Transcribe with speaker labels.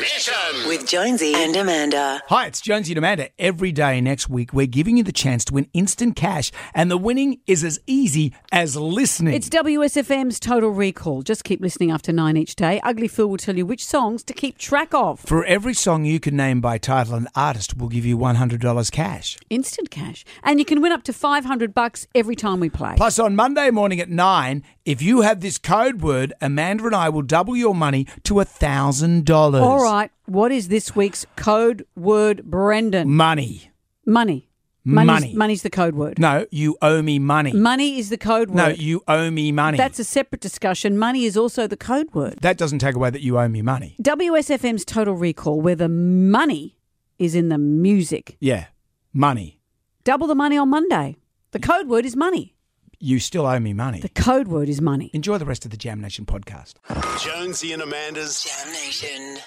Speaker 1: Mission.
Speaker 2: with Jonesy and Amanda.
Speaker 3: Hi, it's Jonesy and Amanda. Every day next week, we're giving you the chance to win instant cash, and the winning is as easy as listening.
Speaker 4: It's WSFM's Total Recall. Just keep listening after nine each day. Ugly Phil will tell you which songs to keep track of.
Speaker 3: For every song you can name by title and artist, we'll give you $100 cash.
Speaker 4: Instant cash. And you can win up to 500 bucks every time we play.
Speaker 3: Plus, on Monday morning at 9, if you have this code word, Amanda and I will double your money to $1,000.
Speaker 4: All right, what is this week's code word, Brendan?
Speaker 3: Money.
Speaker 4: Money. Money's,
Speaker 3: Money.
Speaker 4: Money's the code word.
Speaker 3: No, you owe me money.
Speaker 4: Money is the code word.
Speaker 3: No, you owe me money.
Speaker 4: That's a separate discussion. Money is also the code word.
Speaker 3: that doesn't take away that you owe me money.
Speaker 4: WSFM's Total Recall, where the money is in the music.
Speaker 3: Yeah, money.
Speaker 4: Double the money on Monday. The code word is money.
Speaker 3: You still owe me money.
Speaker 4: The code word is money.
Speaker 3: Enjoy the rest of the Jam Nation podcast.
Speaker 1: Jonesy and Amanda's
Speaker 2: Jam Nation.